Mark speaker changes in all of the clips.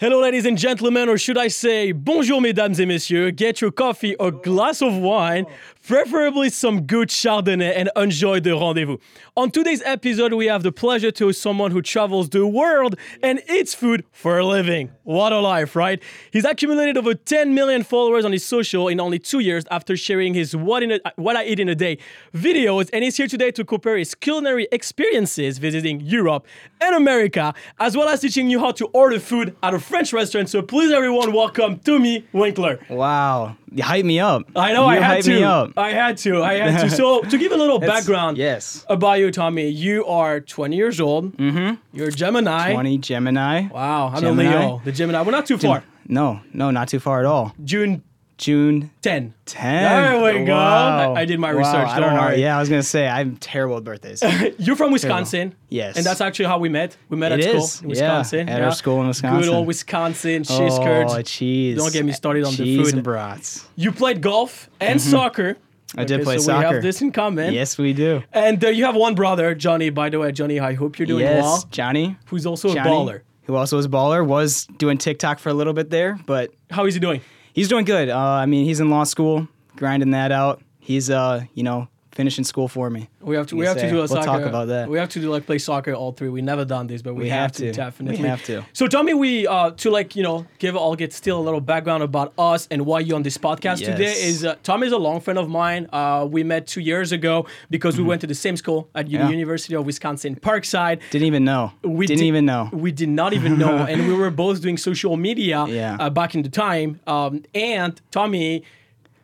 Speaker 1: Hello, ladies and gentlemen, or should I say, bonjour, mesdames et messieurs. Get your coffee or glass of wine, preferably some good Chardonnay, and enjoy the rendezvous. On today's episode, we have the pleasure to host someone who travels the world and eats food for a living. What a life, right? He's accumulated over 10 million followers on his social in only two years after sharing his What, in a, what I Eat in a Day videos, and he's here today to compare his culinary experiences visiting Europe and America, as well as teaching you how to order food at a French restaurant. So please, everyone, welcome Tommy Winkler.
Speaker 2: Wow, you hype me up.
Speaker 1: I know
Speaker 2: you
Speaker 1: I had
Speaker 2: hype
Speaker 1: to.
Speaker 2: me up.
Speaker 1: I had to. I had to. So to give a little background
Speaker 2: yes.
Speaker 1: about you, Tommy, you are 20 years old. Mm-hmm. You're a Gemini.
Speaker 2: 20 Gemini.
Speaker 1: Wow, I'm
Speaker 2: Gemini.
Speaker 1: a Leo. The Gemini. We're not too far.
Speaker 2: No, no, not too far at all.
Speaker 1: June
Speaker 2: June
Speaker 1: 10.
Speaker 2: 10.
Speaker 1: There we go.
Speaker 2: Wow.
Speaker 1: I- I did my
Speaker 2: Wow,
Speaker 1: research,
Speaker 2: I
Speaker 1: don't
Speaker 2: know.
Speaker 1: worry.
Speaker 2: Yeah, I was gonna say I'm terrible at birthdays. it
Speaker 1: You're from Wisconsin.
Speaker 2: Yes.
Speaker 1: And that's actually how we met. We met at
Speaker 2: is.
Speaker 1: school in Wisconsin.
Speaker 2: Yeah, at our school in Wisconsin.
Speaker 1: Good old Wisconsin cheese
Speaker 2: Oh,
Speaker 1: curds.
Speaker 2: cheese.
Speaker 1: Don't get me started on the
Speaker 2: cheese
Speaker 1: food.
Speaker 2: and brats.
Speaker 1: You played golf and soccer.
Speaker 2: I did play
Speaker 1: so We
Speaker 2: soccer.
Speaker 1: have this in common.
Speaker 2: Yes, we do.
Speaker 1: And uh, you have one brother, Johnny. By the way, Johnny, I hope you're doing
Speaker 2: yes,
Speaker 1: well.
Speaker 2: Johnny.
Speaker 1: Who's also
Speaker 2: Johnny,
Speaker 1: a baller.
Speaker 2: Who also was a baller was doing TikTok for a little bit there, but
Speaker 1: How is he doing?
Speaker 2: He's doing good. Uh, I mean, he's in law school, grinding that out. He's, uh, you know, finishing school for me.
Speaker 1: We have to.
Speaker 2: You
Speaker 1: We have
Speaker 2: say.
Speaker 1: to do a
Speaker 2: We'll
Speaker 1: soccer.
Speaker 2: talk about that.
Speaker 1: We have to do like play soccer all three. We never done this, but we,
Speaker 2: We
Speaker 1: have,
Speaker 2: have
Speaker 1: to,
Speaker 2: to. We
Speaker 1: definitely.
Speaker 2: have to.
Speaker 1: So tell me, we uh, to like you know give all get still a little background about us and why you on this podcast today
Speaker 2: Yes.
Speaker 1: is uh, Tom is a long friend of mine. Uh, we met two years ago because we went to the same school at the
Speaker 2: Mm-hmm. Yeah.
Speaker 1: University of Wisconsin Parkside.
Speaker 2: Didn't even know.
Speaker 1: We
Speaker 2: didn't
Speaker 1: di-
Speaker 2: even know.
Speaker 1: We did not even know, and we were both doing social media
Speaker 2: Yeah.
Speaker 1: uh, back in the time. Um, and Tommy,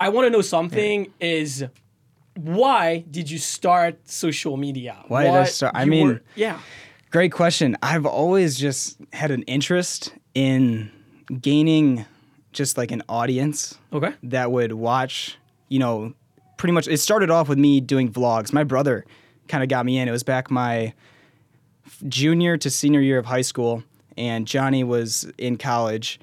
Speaker 1: I want to know something: is why did you start social media?
Speaker 2: Why did I
Speaker 1: What
Speaker 2: start- I
Speaker 1: you
Speaker 2: mean-
Speaker 1: were- yeah,
Speaker 2: Great question. I've always just had an interest in gaining just like an audience
Speaker 1: okay,
Speaker 2: that would watch, you know, pretty much. It started off with me doing vlogs. My brother kind of got me in. It was back my f- junior to senior year of high school, and Johnny was in college,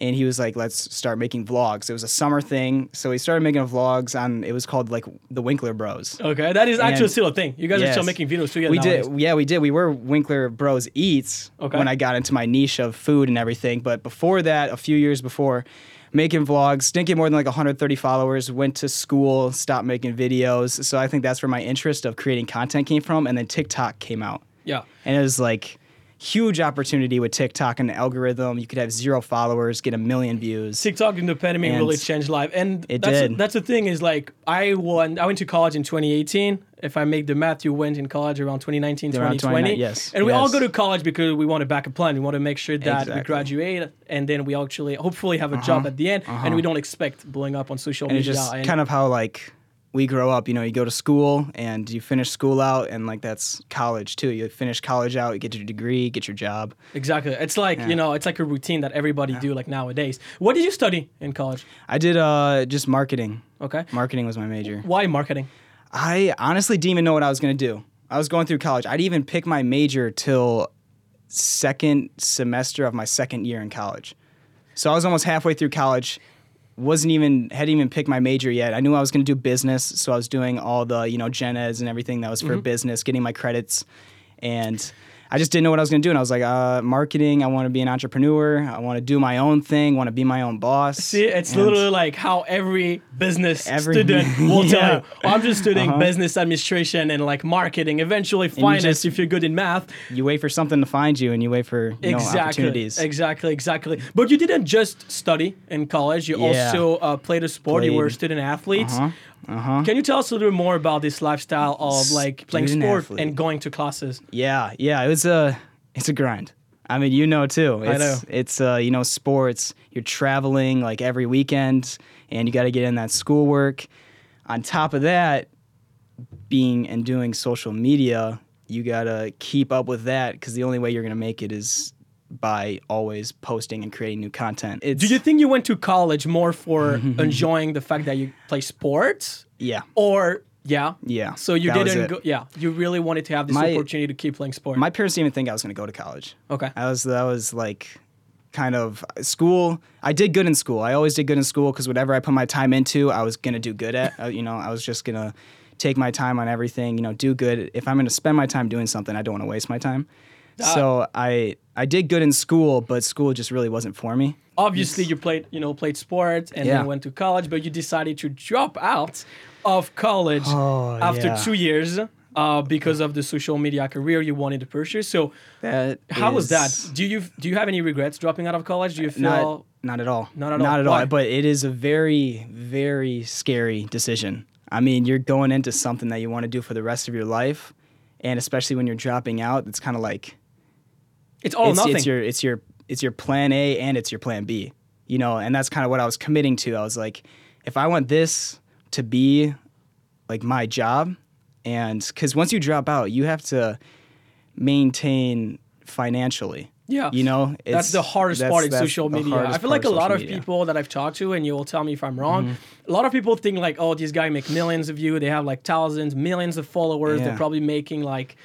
Speaker 2: and he was like, "Let's start making vlogs." It was a summer thing, so he started making vlogs on. It was called like the Winkler Bros.
Speaker 1: okay. That is actually
Speaker 2: And-
Speaker 1: still a thing. You guys are still
Speaker 2: Yes.
Speaker 1: making videos together.
Speaker 2: We
Speaker 1: nowadays.
Speaker 2: did, yeah, we did. We were Winkler Bros Eats
Speaker 1: Okay.
Speaker 2: when I got into my niche of food and everything. But before that, a few years before, making vlogs, didn't get more than like 130 followers. Went to school, stopped making videos. So I think that's where my interest of creating content came from. And then TikTok came out,
Speaker 1: Yeah.
Speaker 2: and it was like huge opportunity with TikTok and the algorithm. You could have zero followers, get a million views.
Speaker 1: TikTok in the pandemic
Speaker 2: And
Speaker 1: really changed life, and
Speaker 2: it
Speaker 1: that's
Speaker 2: did.
Speaker 1: that's the thing is like I won. I went to college in 2018. If I make the math, you went in college around 2019,
Speaker 2: Around
Speaker 1: 2020.
Speaker 2: 29, yes,
Speaker 1: and we all
Speaker 2: yes.
Speaker 1: go to college because we want to back a plan. We want to make sure that we
Speaker 2: Exactly. Uh-huh.
Speaker 1: graduate, and then we actually hopefully have a job at the end, and we don't expect blowing up on social
Speaker 2: and it's
Speaker 1: media.
Speaker 2: just
Speaker 1: and
Speaker 2: kind of how like we grow up you know you go to school and you finish school out and like that's college too you finish college out you get your degree get your job
Speaker 1: exactly, it's like you know, it's like a routine that everybody do like nowadays. What did you study in college?
Speaker 2: i did uh just marketing
Speaker 1: Okay,
Speaker 2: marketing was my major
Speaker 1: why marketing?
Speaker 2: i honestly didn't even know what i was going to do i was going through college i'd even pick my major till second semester of my second year in college so i was almost halfway through college wasn't even hadn't even picked my major yet. I knew I was going to do business, so I was doing all the you know gen eds and everything that was
Speaker 1: Mm-hmm.
Speaker 2: for business, getting my credits, and I just didn't know what I was going to do. And I was like, uh, marketing. I want to be an entrepreneur. I want to do my own thing. Want to be my own boss.
Speaker 1: See, it's
Speaker 2: And-
Speaker 1: literally like how every business
Speaker 2: Every-
Speaker 1: student will tell
Speaker 2: Yeah. Uh-huh.
Speaker 1: you. "Oh, I'm just studying business administration and like marketing, eventually finance
Speaker 2: just-
Speaker 1: if you're good in math.
Speaker 2: you wait for something to find you, and you wait for you know,
Speaker 1: exactly.
Speaker 2: opportunities.
Speaker 1: Exactly, exactly. But you didn't just study in college, you
Speaker 2: Yeah.
Speaker 1: also uh, played a sport, you were a
Speaker 2: Played.
Speaker 1: student athlete.
Speaker 2: Uh-huh. Uh-huh.
Speaker 1: Can you tell us a little bit more about this lifestyle of like playing
Speaker 2: Student
Speaker 1: sport
Speaker 2: athlete.
Speaker 1: and going to classes?
Speaker 2: Yeah, yeah, it was a it's a grind. I mean, you know too. It's,
Speaker 1: know.
Speaker 2: It's uh, you know sports. You're traveling like every weekend, and you got to get in that schoolwork. On top of that, being and doing social media, you gotta keep up with that because the only way you're gonna make it is by always posting and creating new content. It's,
Speaker 1: Do you think you went to college more for enjoying the fact that you play sports
Speaker 2: Yeah,
Speaker 1: or yeah?
Speaker 2: yeah.
Speaker 1: So you
Speaker 2: that was
Speaker 1: didn't
Speaker 2: it.
Speaker 1: go, yeah, you really wanted to have this
Speaker 2: My-
Speaker 1: opportunity to keep playing sport.
Speaker 2: My parents didn't even think I was gonna go to college.
Speaker 1: okay.
Speaker 2: I was that was like kind of school. I did good in school. I always did good in school because whatever I put my time into, I was gonna do good at. Uh, you know, I was just gonna take my time on
Speaker 1: Ah.
Speaker 2: everything. You know, do good. If I'm gonna spend my time doing something, I don't want to waste my time. so I I did good in school, but school just really wasn't for me.
Speaker 1: Obviously, you played, you know, played sports and
Speaker 2: Yeah.
Speaker 1: then went to college, but you decided to drop out of college
Speaker 2: Oh,
Speaker 1: after
Speaker 2: yeah.
Speaker 1: two years uh, because of the social media career you wanted to pursue. So,
Speaker 2: That
Speaker 1: how was that?
Speaker 2: is
Speaker 1: Do you do you have any regrets dropping out of college? Do you feel
Speaker 2: Not, not at all.
Speaker 1: Not at all.
Speaker 2: Not at
Speaker 1: Why?
Speaker 2: all. But it is a very, very scary decision. I mean, you're going into something that you want to do for the rest of your life, and especially when you're dropping out, it's kind of like
Speaker 1: it's all or
Speaker 2: it's,
Speaker 1: Oh, nothing?
Speaker 2: it's your it's your it's your plan A and it's your plan B. You know, and that's kind of what I was committing to. I was like, if I want this to be like my job, and because once you drop out, you have to maintain financially.
Speaker 1: yeah,
Speaker 2: You know,
Speaker 1: that's the hardest
Speaker 2: that's-
Speaker 1: part in
Speaker 2: that's
Speaker 1: social
Speaker 2: the
Speaker 1: media. I
Speaker 2: hardest
Speaker 1: feel
Speaker 2: part
Speaker 1: like a lot
Speaker 2: social
Speaker 1: of
Speaker 2: media. Mm-hmm.
Speaker 1: people that I've talked to, and you will tell me if I'm wrong. A lot of people think like, oh, these guys make millions of you. They have like thousands, millions of followers. They're
Speaker 2: Yeah.
Speaker 1: probably making like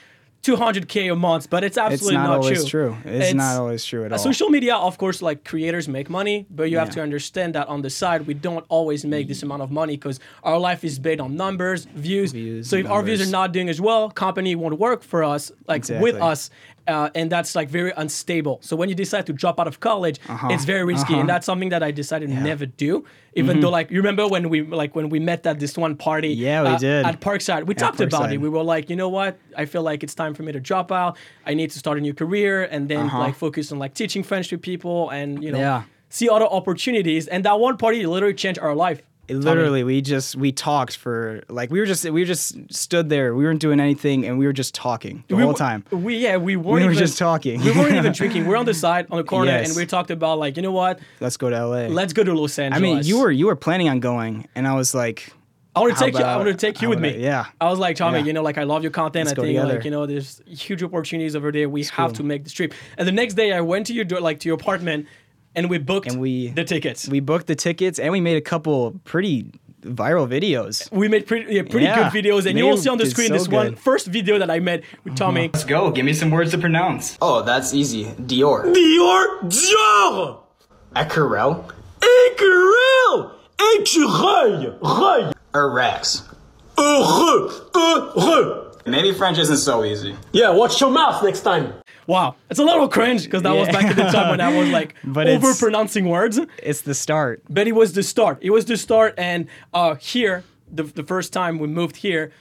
Speaker 1: 200k a month, but it's
Speaker 2: It's
Speaker 1: absolutely
Speaker 2: not, always
Speaker 1: true.
Speaker 2: true. It's, not always true at all.
Speaker 1: Uh, Social media, of course, like creators make money, but you have
Speaker 2: Yeah. Mm.
Speaker 1: to understand that on the side, we don't always make this amount of money because our life is based on numbers, views.
Speaker 2: Views,
Speaker 1: so if our views are
Speaker 2: numbers.
Speaker 1: not doing as well, company won't work for us, like with
Speaker 2: Exactly.
Speaker 1: us, uh, and that's like very unstable. So when you decide to drop out of college,
Speaker 2: Uh-huh.
Speaker 1: it's very risky, and that's something that I decided never do.
Speaker 2: Mm-hmm.
Speaker 1: Even though, like, you remember when we like when we met at this one party?
Speaker 2: Yeah, we
Speaker 1: uh,
Speaker 2: did.
Speaker 1: at Parkside. We talked about it.
Speaker 2: Parkside.
Speaker 1: We were like, you know what? I feel like it's time for me to drop out. I need to start a new career and then like focus on like teaching French to people and you know
Speaker 2: Uh-huh. Yeah.
Speaker 1: see other opportunities. And that one party literally changed our life.
Speaker 2: It literally, we just we talked for like we were just we just stood there. We weren't doing anything, and we were just talking the
Speaker 1: We
Speaker 2: whole
Speaker 1: w-
Speaker 2: time.
Speaker 1: We yeah, we weren't
Speaker 2: We were
Speaker 1: even,
Speaker 2: just talking.
Speaker 1: we weren't even drinking. We're on the side on the corner
Speaker 2: Yes.
Speaker 1: and we talked about like, you know what?
Speaker 2: Let's go to L.A.
Speaker 1: Let's go to Los
Speaker 2: I
Speaker 1: Angeles.
Speaker 2: mean, you were you were planning on going, and I was like,
Speaker 1: I want to
Speaker 2: How
Speaker 1: take you. I
Speaker 2: about-
Speaker 1: want to take you
Speaker 2: how
Speaker 1: with
Speaker 2: about
Speaker 1: me.
Speaker 2: it? Yeah.
Speaker 1: I was like, Tommy,
Speaker 2: Yeah.
Speaker 1: you know, like I love your content. I
Speaker 2: go
Speaker 1: think like
Speaker 2: together.
Speaker 1: you know, there's huge opportunities over there. We have to make this trip. And the next day, I went to your door, like to your apartment, and we booked
Speaker 2: And we-
Speaker 1: the tickets. We,
Speaker 2: we booked the tickets, and we made a couple pretty viral videos.
Speaker 1: made pretty yeah, pretty
Speaker 2: Yeah.
Speaker 1: good videos, and you
Speaker 2: They
Speaker 1: will see on the
Speaker 2: did
Speaker 1: screen
Speaker 2: so
Speaker 1: this one
Speaker 2: good. Mhm.
Speaker 1: first video that I made with Tommy.
Speaker 3: Let's go. Give me some words to pronounce.
Speaker 2: Oh, that's easy. Dior,
Speaker 4: Dior, Dior,
Speaker 3: Ekerel,
Speaker 4: écureuil, écureuil, reuil,
Speaker 3: Erex.
Speaker 4: heureux, heureux.
Speaker 3: Maybe French isn't so easy.
Speaker 4: Yeah, watch your mouth next time.
Speaker 1: Wow, it's a little cringe because that was
Speaker 2: Yeah.
Speaker 1: back at the time when I was like
Speaker 2: But it's-
Speaker 1: over pronouncing words.
Speaker 2: it's the start.
Speaker 1: But it was the start. It was the start, and uh, here the the first time we moved here,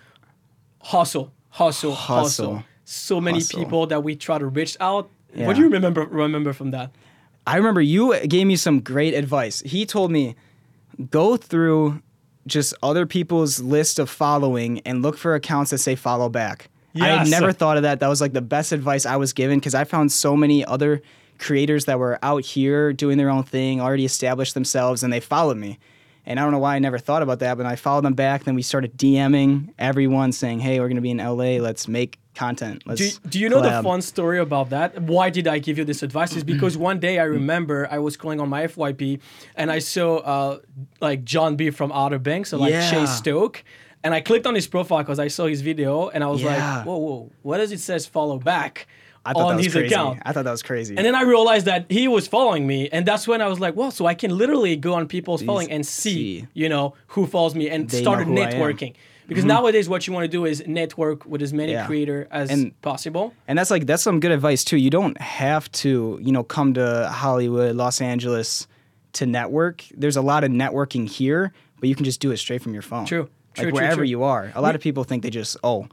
Speaker 1: hustle, hustle, hustle.
Speaker 2: Hustle.
Speaker 1: So many
Speaker 2: Hustle.
Speaker 1: people that we try to reach out. What do you remember remember from that?
Speaker 2: I remember you gave me some great advice. He told me go through just other people's list of following and look for accounts that say follow back. I
Speaker 1: Yes.
Speaker 2: had never thought of that. That was like the best advice I was given because I found so many other creators that were out here doing their own thing, already established themselves, and they followed me. And I don't know why I never thought about that, but I followed them back. Then we started DMing everyone saying, hey, we're going to be in LA. Let's make content. Let's
Speaker 1: Do, do you know the
Speaker 2: collab."
Speaker 1: fun story about that? Why did I give you this advice? Is because
Speaker 2: Mm-hmm.
Speaker 1: one day I remember I was going on my FYP and I saw uh, like John B from Outer Banks, so like
Speaker 2: Yeah.
Speaker 1: Chase Stoke, and I clicked on his profile because I saw his video and I was
Speaker 2: Yeah.
Speaker 1: like, whoa, whoa, what does it says follow back
Speaker 2: I thought
Speaker 1: on
Speaker 2: that was
Speaker 1: his
Speaker 2: crazy.
Speaker 1: account?
Speaker 2: I thought that was crazy.
Speaker 1: And then I realized that he was following me, and that's when I was like, "Wow!" So I can literally go on people's following and see,
Speaker 2: see.
Speaker 1: you know, who follows me, and
Speaker 2: They know
Speaker 1: started
Speaker 2: who I am. Mm-hmm.
Speaker 1: networking. Because nowadays, what you want to do is network with as many
Speaker 2: Yeah.
Speaker 1: creator as
Speaker 2: And-
Speaker 1: possible.
Speaker 2: And that's like that's some good advice too. You don't have to, you know, come to Hollywood, Los Angeles to network. There's a lot of networking here, but you can just do it straight from your phone.
Speaker 1: True. True,
Speaker 2: Like
Speaker 1: true,
Speaker 2: wherever
Speaker 1: true.
Speaker 2: you are. A lot of people think they just, oh,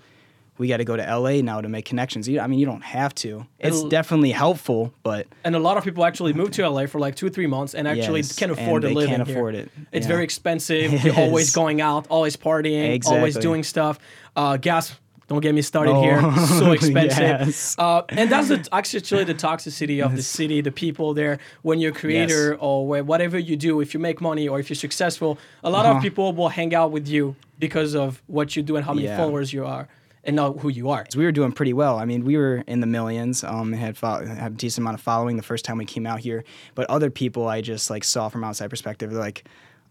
Speaker 2: we got to go to LA now to make connections. You, I mean, you don't have to. It's
Speaker 1: It'll-
Speaker 2: definitely helpful, but
Speaker 1: And a lot of people actually move to LA for like two, three months, and actually
Speaker 2: Yes,
Speaker 1: can
Speaker 2: and
Speaker 1: afford to
Speaker 2: they
Speaker 1: live
Speaker 2: can't
Speaker 1: in here.
Speaker 2: afford it.
Speaker 1: It's
Speaker 2: Yeah.
Speaker 1: very expensive. You're always
Speaker 2: is.
Speaker 1: going out, always partying, always
Speaker 2: Exactly.
Speaker 1: doing stuff. Uh, gas. Don't get me started
Speaker 2: Oh,
Speaker 1: here. So expensive.
Speaker 2: yes.
Speaker 1: Uh, and that's the, actually the toxicity of the city, the people there. When you're a creator or where, whatever you do, if you make money or if you're successful, a lot
Speaker 2: Uh-huh.
Speaker 1: of people will hang out with you because of what you do and how many
Speaker 2: Yeah.
Speaker 1: followers you are and not who you are.
Speaker 2: we were doing pretty well. I mean, we were in the millions. Um, and had fo- had a decent amount of following the first time we came out here. But other people, I just like saw from outside perspective, they're like,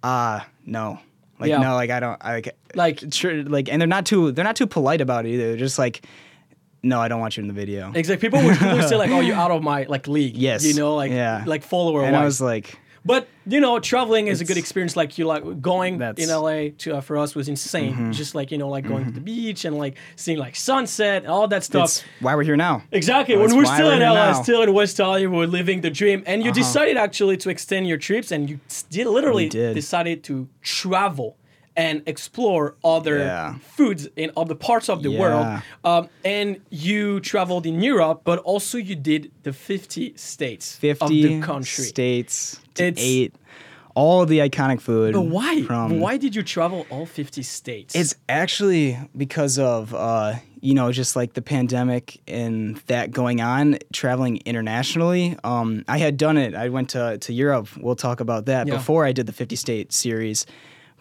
Speaker 2: ah, no, like
Speaker 1: Yeah.
Speaker 2: no, like I don't, I, like
Speaker 1: Like,
Speaker 2: sure, like, and they're not too, they're not too polite about it either. They're just like, no, I don't want you in the video.
Speaker 1: Exactly. People would, people would say like, "Oh, you're out of my like league."
Speaker 2: Yes.
Speaker 1: You know, like
Speaker 2: Yeah.
Speaker 1: like follower
Speaker 2: And I
Speaker 1: wise.
Speaker 2: was like,
Speaker 1: But you know, traveling is a good experience. Like you like going
Speaker 2: That's-
Speaker 1: in
Speaker 2: Mm-hmm.
Speaker 1: LA to uh, for us was insane. Just like you know, like going to the beach and like seeing like sunset and all that stuff.
Speaker 2: That's why we're here now.
Speaker 1: Exactly.
Speaker 2: That's
Speaker 1: when we're
Speaker 2: why
Speaker 1: still
Speaker 2: we're
Speaker 1: in
Speaker 2: here
Speaker 1: LA,
Speaker 2: Oh, now. Uh-huh.
Speaker 1: still in West Hollywood, we're living the dream. And you decided actually to extend your trips, and you s- did literally
Speaker 2: We did.
Speaker 1: decided to travel and explore other
Speaker 2: Yeah.
Speaker 1: foods in other parts of the
Speaker 2: Yeah.
Speaker 1: world. Um, and you traveled in Europe, but also you did the 50 states
Speaker 2: 50
Speaker 1: of the country.
Speaker 2: states to
Speaker 1: It's-
Speaker 2: eight. All of the iconic food.
Speaker 1: But why?
Speaker 2: From,
Speaker 1: why did you travel all 50 states?
Speaker 2: It's actually because of uh, you know just like the pandemic and that going on, traveling internationally. Um, I had done it. I went to to Europe. We'll talk about that
Speaker 1: Yeah.
Speaker 2: before I did the fifty state series,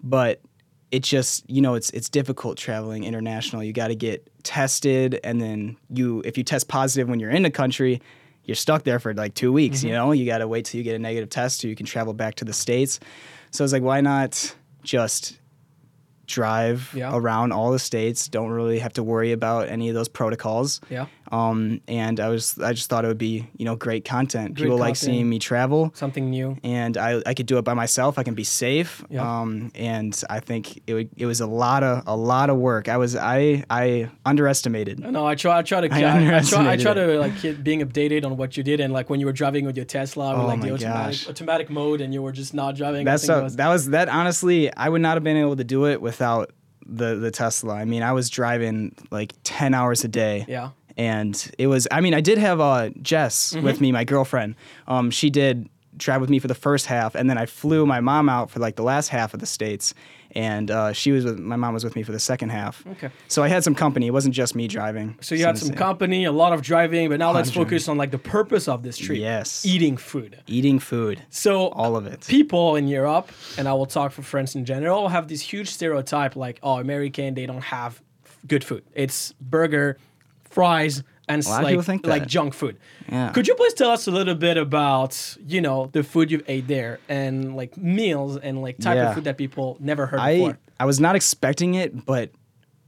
Speaker 2: but it just you know it's it's difficult traveling international. You got to get tested, and then you if you test positive when you're in a country. You're stuck there for like two weeks,
Speaker 1: Mm-hmm.
Speaker 2: you know? You got to wait till you get a negative test so you can travel back to the States. So I was like, why not just drive
Speaker 1: Yeah.
Speaker 2: around all the states. Don't really have to worry about any of those protocols.
Speaker 1: yeah.
Speaker 2: Um, and I was I just thought it would be you know great content. People like
Speaker 1: content.
Speaker 2: seeing me travel,
Speaker 1: Something new.
Speaker 2: and I I could do it by myself. I can be safe.
Speaker 1: Yeah.
Speaker 2: Um, and I think it would, it was a lot of a lot of work. I was I I underestimated.
Speaker 1: No, I try. I try to. I, I try. I
Speaker 2: underestimated
Speaker 1: try to like keep being updated on what you did and like when you were driving with your Tesla with
Speaker 2: Oh
Speaker 1: like the
Speaker 2: my
Speaker 1: automatic
Speaker 2: gosh.
Speaker 1: automatic mode and you were just not driving. I
Speaker 2: That's
Speaker 1: think it
Speaker 2: a,
Speaker 1: was-
Speaker 2: that was that honestly I would not have been able to do it without the the Tesla. I mean, I was driving like 10 hours a day.
Speaker 1: Yeah. Mm-hmm.
Speaker 2: And it was I mean, I did have uh Jess with me, my girlfriend. Um she did drive with me for the first half and then I flew my mom out for like the last half of the states and uh, she was with, my mom was with me for the second half.
Speaker 1: Okay.
Speaker 2: So I had some company. It wasn't just me driving.
Speaker 1: so you had
Speaker 2: to
Speaker 1: some
Speaker 2: say.
Speaker 1: company, a lot of driving, but now let's focus on like the purpose of this trip.
Speaker 2: Yes.
Speaker 1: Eating food.
Speaker 2: eating food.
Speaker 1: So
Speaker 2: All of it.
Speaker 1: People in Europe, and I will talk for friends in general, have this huge stereotype like, oh, American, they don't have f- good food. It's burger, fries, and s-
Speaker 2: lot of
Speaker 1: like,
Speaker 2: people think
Speaker 1: like
Speaker 2: that.
Speaker 1: junk food.
Speaker 2: Yeah.
Speaker 1: Could you please tell us a little bit about you know the food you ate there and like meals and like type
Speaker 2: Yeah.
Speaker 1: of food that people never heard
Speaker 2: I
Speaker 1: before?
Speaker 2: I was not expecting it, but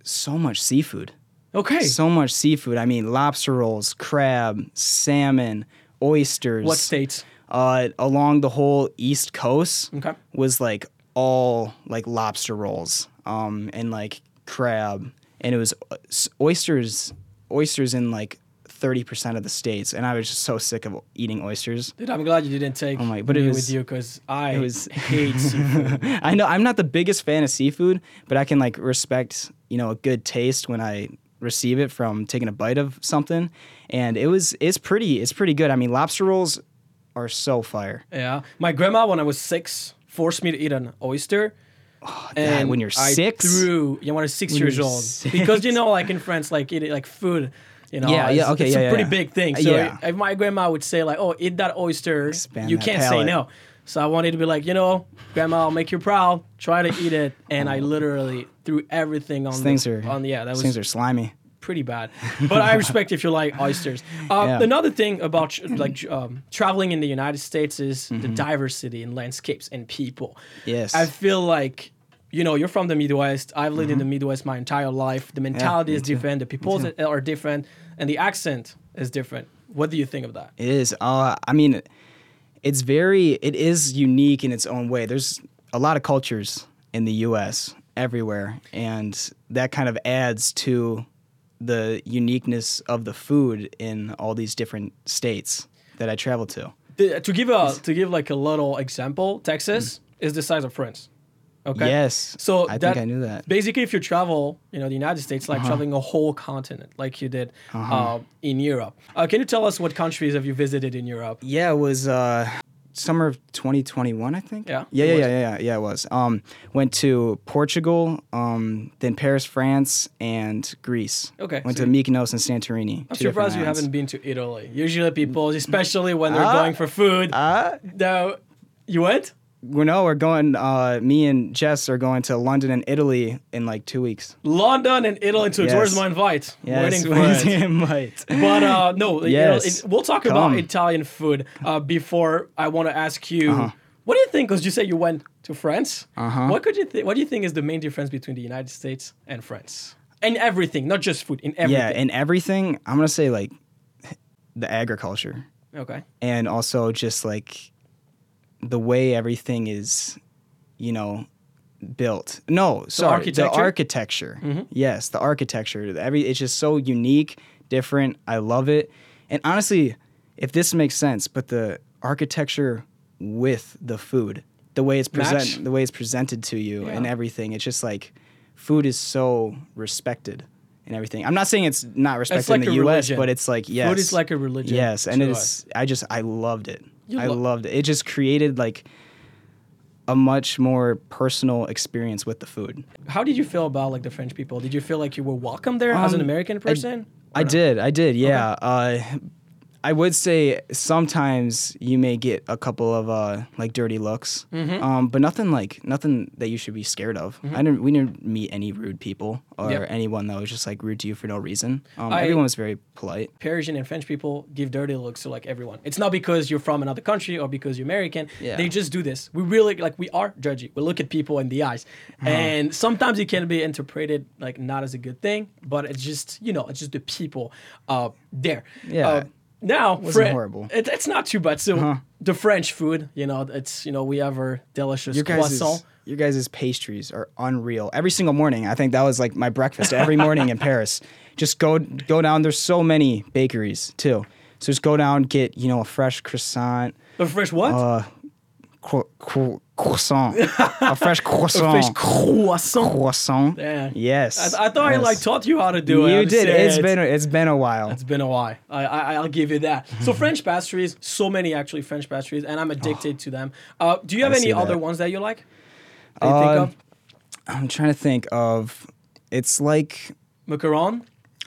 Speaker 2: so much seafood.
Speaker 1: Okay.
Speaker 2: So much seafood. I mean, lobster rolls, crab, salmon, oysters.
Speaker 1: what states?
Speaker 2: Uh, along the whole East Coast
Speaker 1: Okay.
Speaker 2: was like all like lobster rolls, um, and like crab, and it was uh, s- oysters, oysters in like thirty percent of the states, and I was just so sick of eating oysters.
Speaker 1: Dude, I'm glad you didn't take
Speaker 2: Oh my- but it
Speaker 1: me with
Speaker 2: was-
Speaker 1: you because I
Speaker 2: was-
Speaker 1: hate seafood.
Speaker 2: I know I'm not the biggest fan of seafood, but I can like respect, you know, a good taste when I receive it from taking a bite of something. And it was it's pretty it's pretty good. I mean, lobster rolls are so fire.
Speaker 1: Yeah. My grandma, when I was six, forced me to eat an oyster. and
Speaker 2: Oh, when you're
Speaker 1: I
Speaker 2: six?
Speaker 1: Threw, yeah, when I was six
Speaker 2: you're
Speaker 1: years old.
Speaker 2: six.
Speaker 1: Because, you know, like in France, like eat it, like food. You know,
Speaker 2: Yeah,
Speaker 1: it's,
Speaker 2: yeah, okay,
Speaker 1: it's
Speaker 2: yeah,
Speaker 1: a
Speaker 2: yeah,
Speaker 1: pretty
Speaker 2: yeah.
Speaker 1: big thing.
Speaker 2: Uh,
Speaker 1: So
Speaker 2: yeah.
Speaker 1: if my grandma would say, like, oh, eat that oyster,
Speaker 2: Expand
Speaker 1: you
Speaker 2: that
Speaker 1: can't say
Speaker 2: palate.
Speaker 1: no. So I wanted to be like, you know, grandma, I'll make you proud. Try to eat it. And I literally threw everything on the,
Speaker 2: Things are
Speaker 1: on the, yeah, that was
Speaker 2: things are slimy.
Speaker 1: pretty bad. But I respect if you like oysters. Uh,
Speaker 2: Yeah.
Speaker 1: Another thing about tr- like um, traveling in the United States is the diversity in landscapes and people.
Speaker 2: Mm-hmm. Yes.
Speaker 1: I feel like. You know, you're from the Midwest. I've lived in the
Speaker 2: Mm-hmm.
Speaker 1: Midwest my entire life. The mentality is different. The people are different, and the accent is different. What do you think of that?
Speaker 2: It is. Uh, I mean, it's very. It is unique in its own way. There's a lot of cultures in the U.S. everywhere, and that kind of adds to the uniqueness of the food in all these different states that I travel to.
Speaker 1: The- to give a to give like a little example, Texas is the size of France. Okay.
Speaker 2: Mm. Yes.
Speaker 1: So
Speaker 2: I
Speaker 1: that-
Speaker 2: think I knew that.
Speaker 1: Basically, if you travel, you know, the United States, like traveling a whole continent, like you did uh, in Europe. Uh, can you tell us what countries have you visited in Europe?
Speaker 2: Yeah, it was uh, summer of 2021, I think.
Speaker 1: Yeah,
Speaker 2: Yeah,
Speaker 1: it
Speaker 2: yeah,
Speaker 1: was.
Speaker 2: yeah, yeah, yeah. It was. Um, went to Portugal, um, then Paris, France, and Greece.
Speaker 1: Okay,
Speaker 2: Went
Speaker 1: so
Speaker 2: to Mykonos and Santorini.
Speaker 1: I'm surprised you haven't been to Italy. Usually, people, especially when they're going for food,
Speaker 2: Uh,
Speaker 1: though, you went.
Speaker 2: we no, we're going. Uh, me and Jess are going to London and Italy in like two weeks.
Speaker 1: London and Italy to
Speaker 2: Yes.
Speaker 1: where's my invite? Waiting for it.
Speaker 2: might.
Speaker 1: But uh, no, you know,
Speaker 2: Yes.
Speaker 1: it- we'll talk
Speaker 2: Come.
Speaker 1: about Italian food uh, before I want to ask you.
Speaker 2: Uh-huh.
Speaker 1: What do you think? Because you said you went to France. Uh-huh. What could you? Th- what do you think is the main difference between the United States and France? In everything, not just food. In
Speaker 2: Yeah,
Speaker 1: everything.
Speaker 2: and everything. I'm gonna say like the agriculture
Speaker 1: okay.
Speaker 2: and also just like the way everything is, you know, built. No, sorry,
Speaker 1: architecture? Mm-hmm.
Speaker 2: the architecture. Yes, the architecture. Every it's just so unique, different. I love it. And honestly, if this makes sense, but the architecture with the food, the way it's
Speaker 1: Match?
Speaker 2: present, the way it's presented to you, and everything, it's just like food is so respected and everything. I'm not saying it's not respected
Speaker 1: like
Speaker 2: in
Speaker 1: a
Speaker 2: the U.S.,
Speaker 1: religion.
Speaker 2: but it's like yes,
Speaker 1: is like a religion
Speaker 2: Yes, and
Speaker 1: to
Speaker 2: it's
Speaker 1: us.
Speaker 2: I just I loved it. I
Speaker 1: lo-
Speaker 2: loved it. It just created like a much more personal experience with the food.
Speaker 1: How did you feel about like the French people? Did you feel like you were welcome there as an
Speaker 2: Um,
Speaker 1: American
Speaker 2: I-
Speaker 1: person?
Speaker 2: I, did. I did. Yeah. Uh, I would say sometimes you may get a couple of uh, like dirty looks,
Speaker 1: Mm-hmm.
Speaker 2: um, but nothing like nothing that you should be scared of. I didn't. We didn't meet any rude people or
Speaker 1: Yep.
Speaker 2: anyone that was just like rude to you for no reason. Um,
Speaker 1: I-
Speaker 2: everyone was very polite.
Speaker 1: Persian and French people give dirty looks to like everyone. It's not because you're from another country or because you're American.
Speaker 2: Yeah.
Speaker 1: They just do this. We really like we are judgy. We look at people in the eyes,
Speaker 2: Hmm.
Speaker 1: and sometimes it can be interpreted like not as a good thing. But it's just you know it's just the people uh, there.
Speaker 2: Yeah.
Speaker 1: Uh, now,
Speaker 2: wasn't
Speaker 1: Fran-
Speaker 2: horrible. Uh-huh.
Speaker 1: It, it's not too bad. So the French food, you know, it's you know we have our delicious
Speaker 2: Your guys'
Speaker 1: croissant.
Speaker 2: your guys' pastries are unreal. Every single morning, I think that was like my breakfast every morning in Paris. Just go go down. There's so many bakeries too. So just go down, get you know a fresh croissant,
Speaker 1: A fresh what?
Speaker 2: uh, cro- cro- croissant, a fresh croissant,
Speaker 1: Fresh croissant.
Speaker 2: croissant.
Speaker 1: Yeah.
Speaker 2: Yes.
Speaker 1: I, I thought I
Speaker 2: yes.
Speaker 1: like taught you how to do it.
Speaker 2: You
Speaker 1: I'm
Speaker 2: did.
Speaker 1: sad.
Speaker 2: It's been it's been a while.
Speaker 1: It's been a while. I, I I'll give you that. So French pastries, so many actually French pastries, and I'm addicted to them. Uh, do you have
Speaker 2: Oh. I
Speaker 1: any
Speaker 2: see
Speaker 1: other
Speaker 2: that.
Speaker 1: ones that you like? That you think
Speaker 2: Uh,
Speaker 1: of
Speaker 2: I'm trying to think of. It's like
Speaker 1: macaron.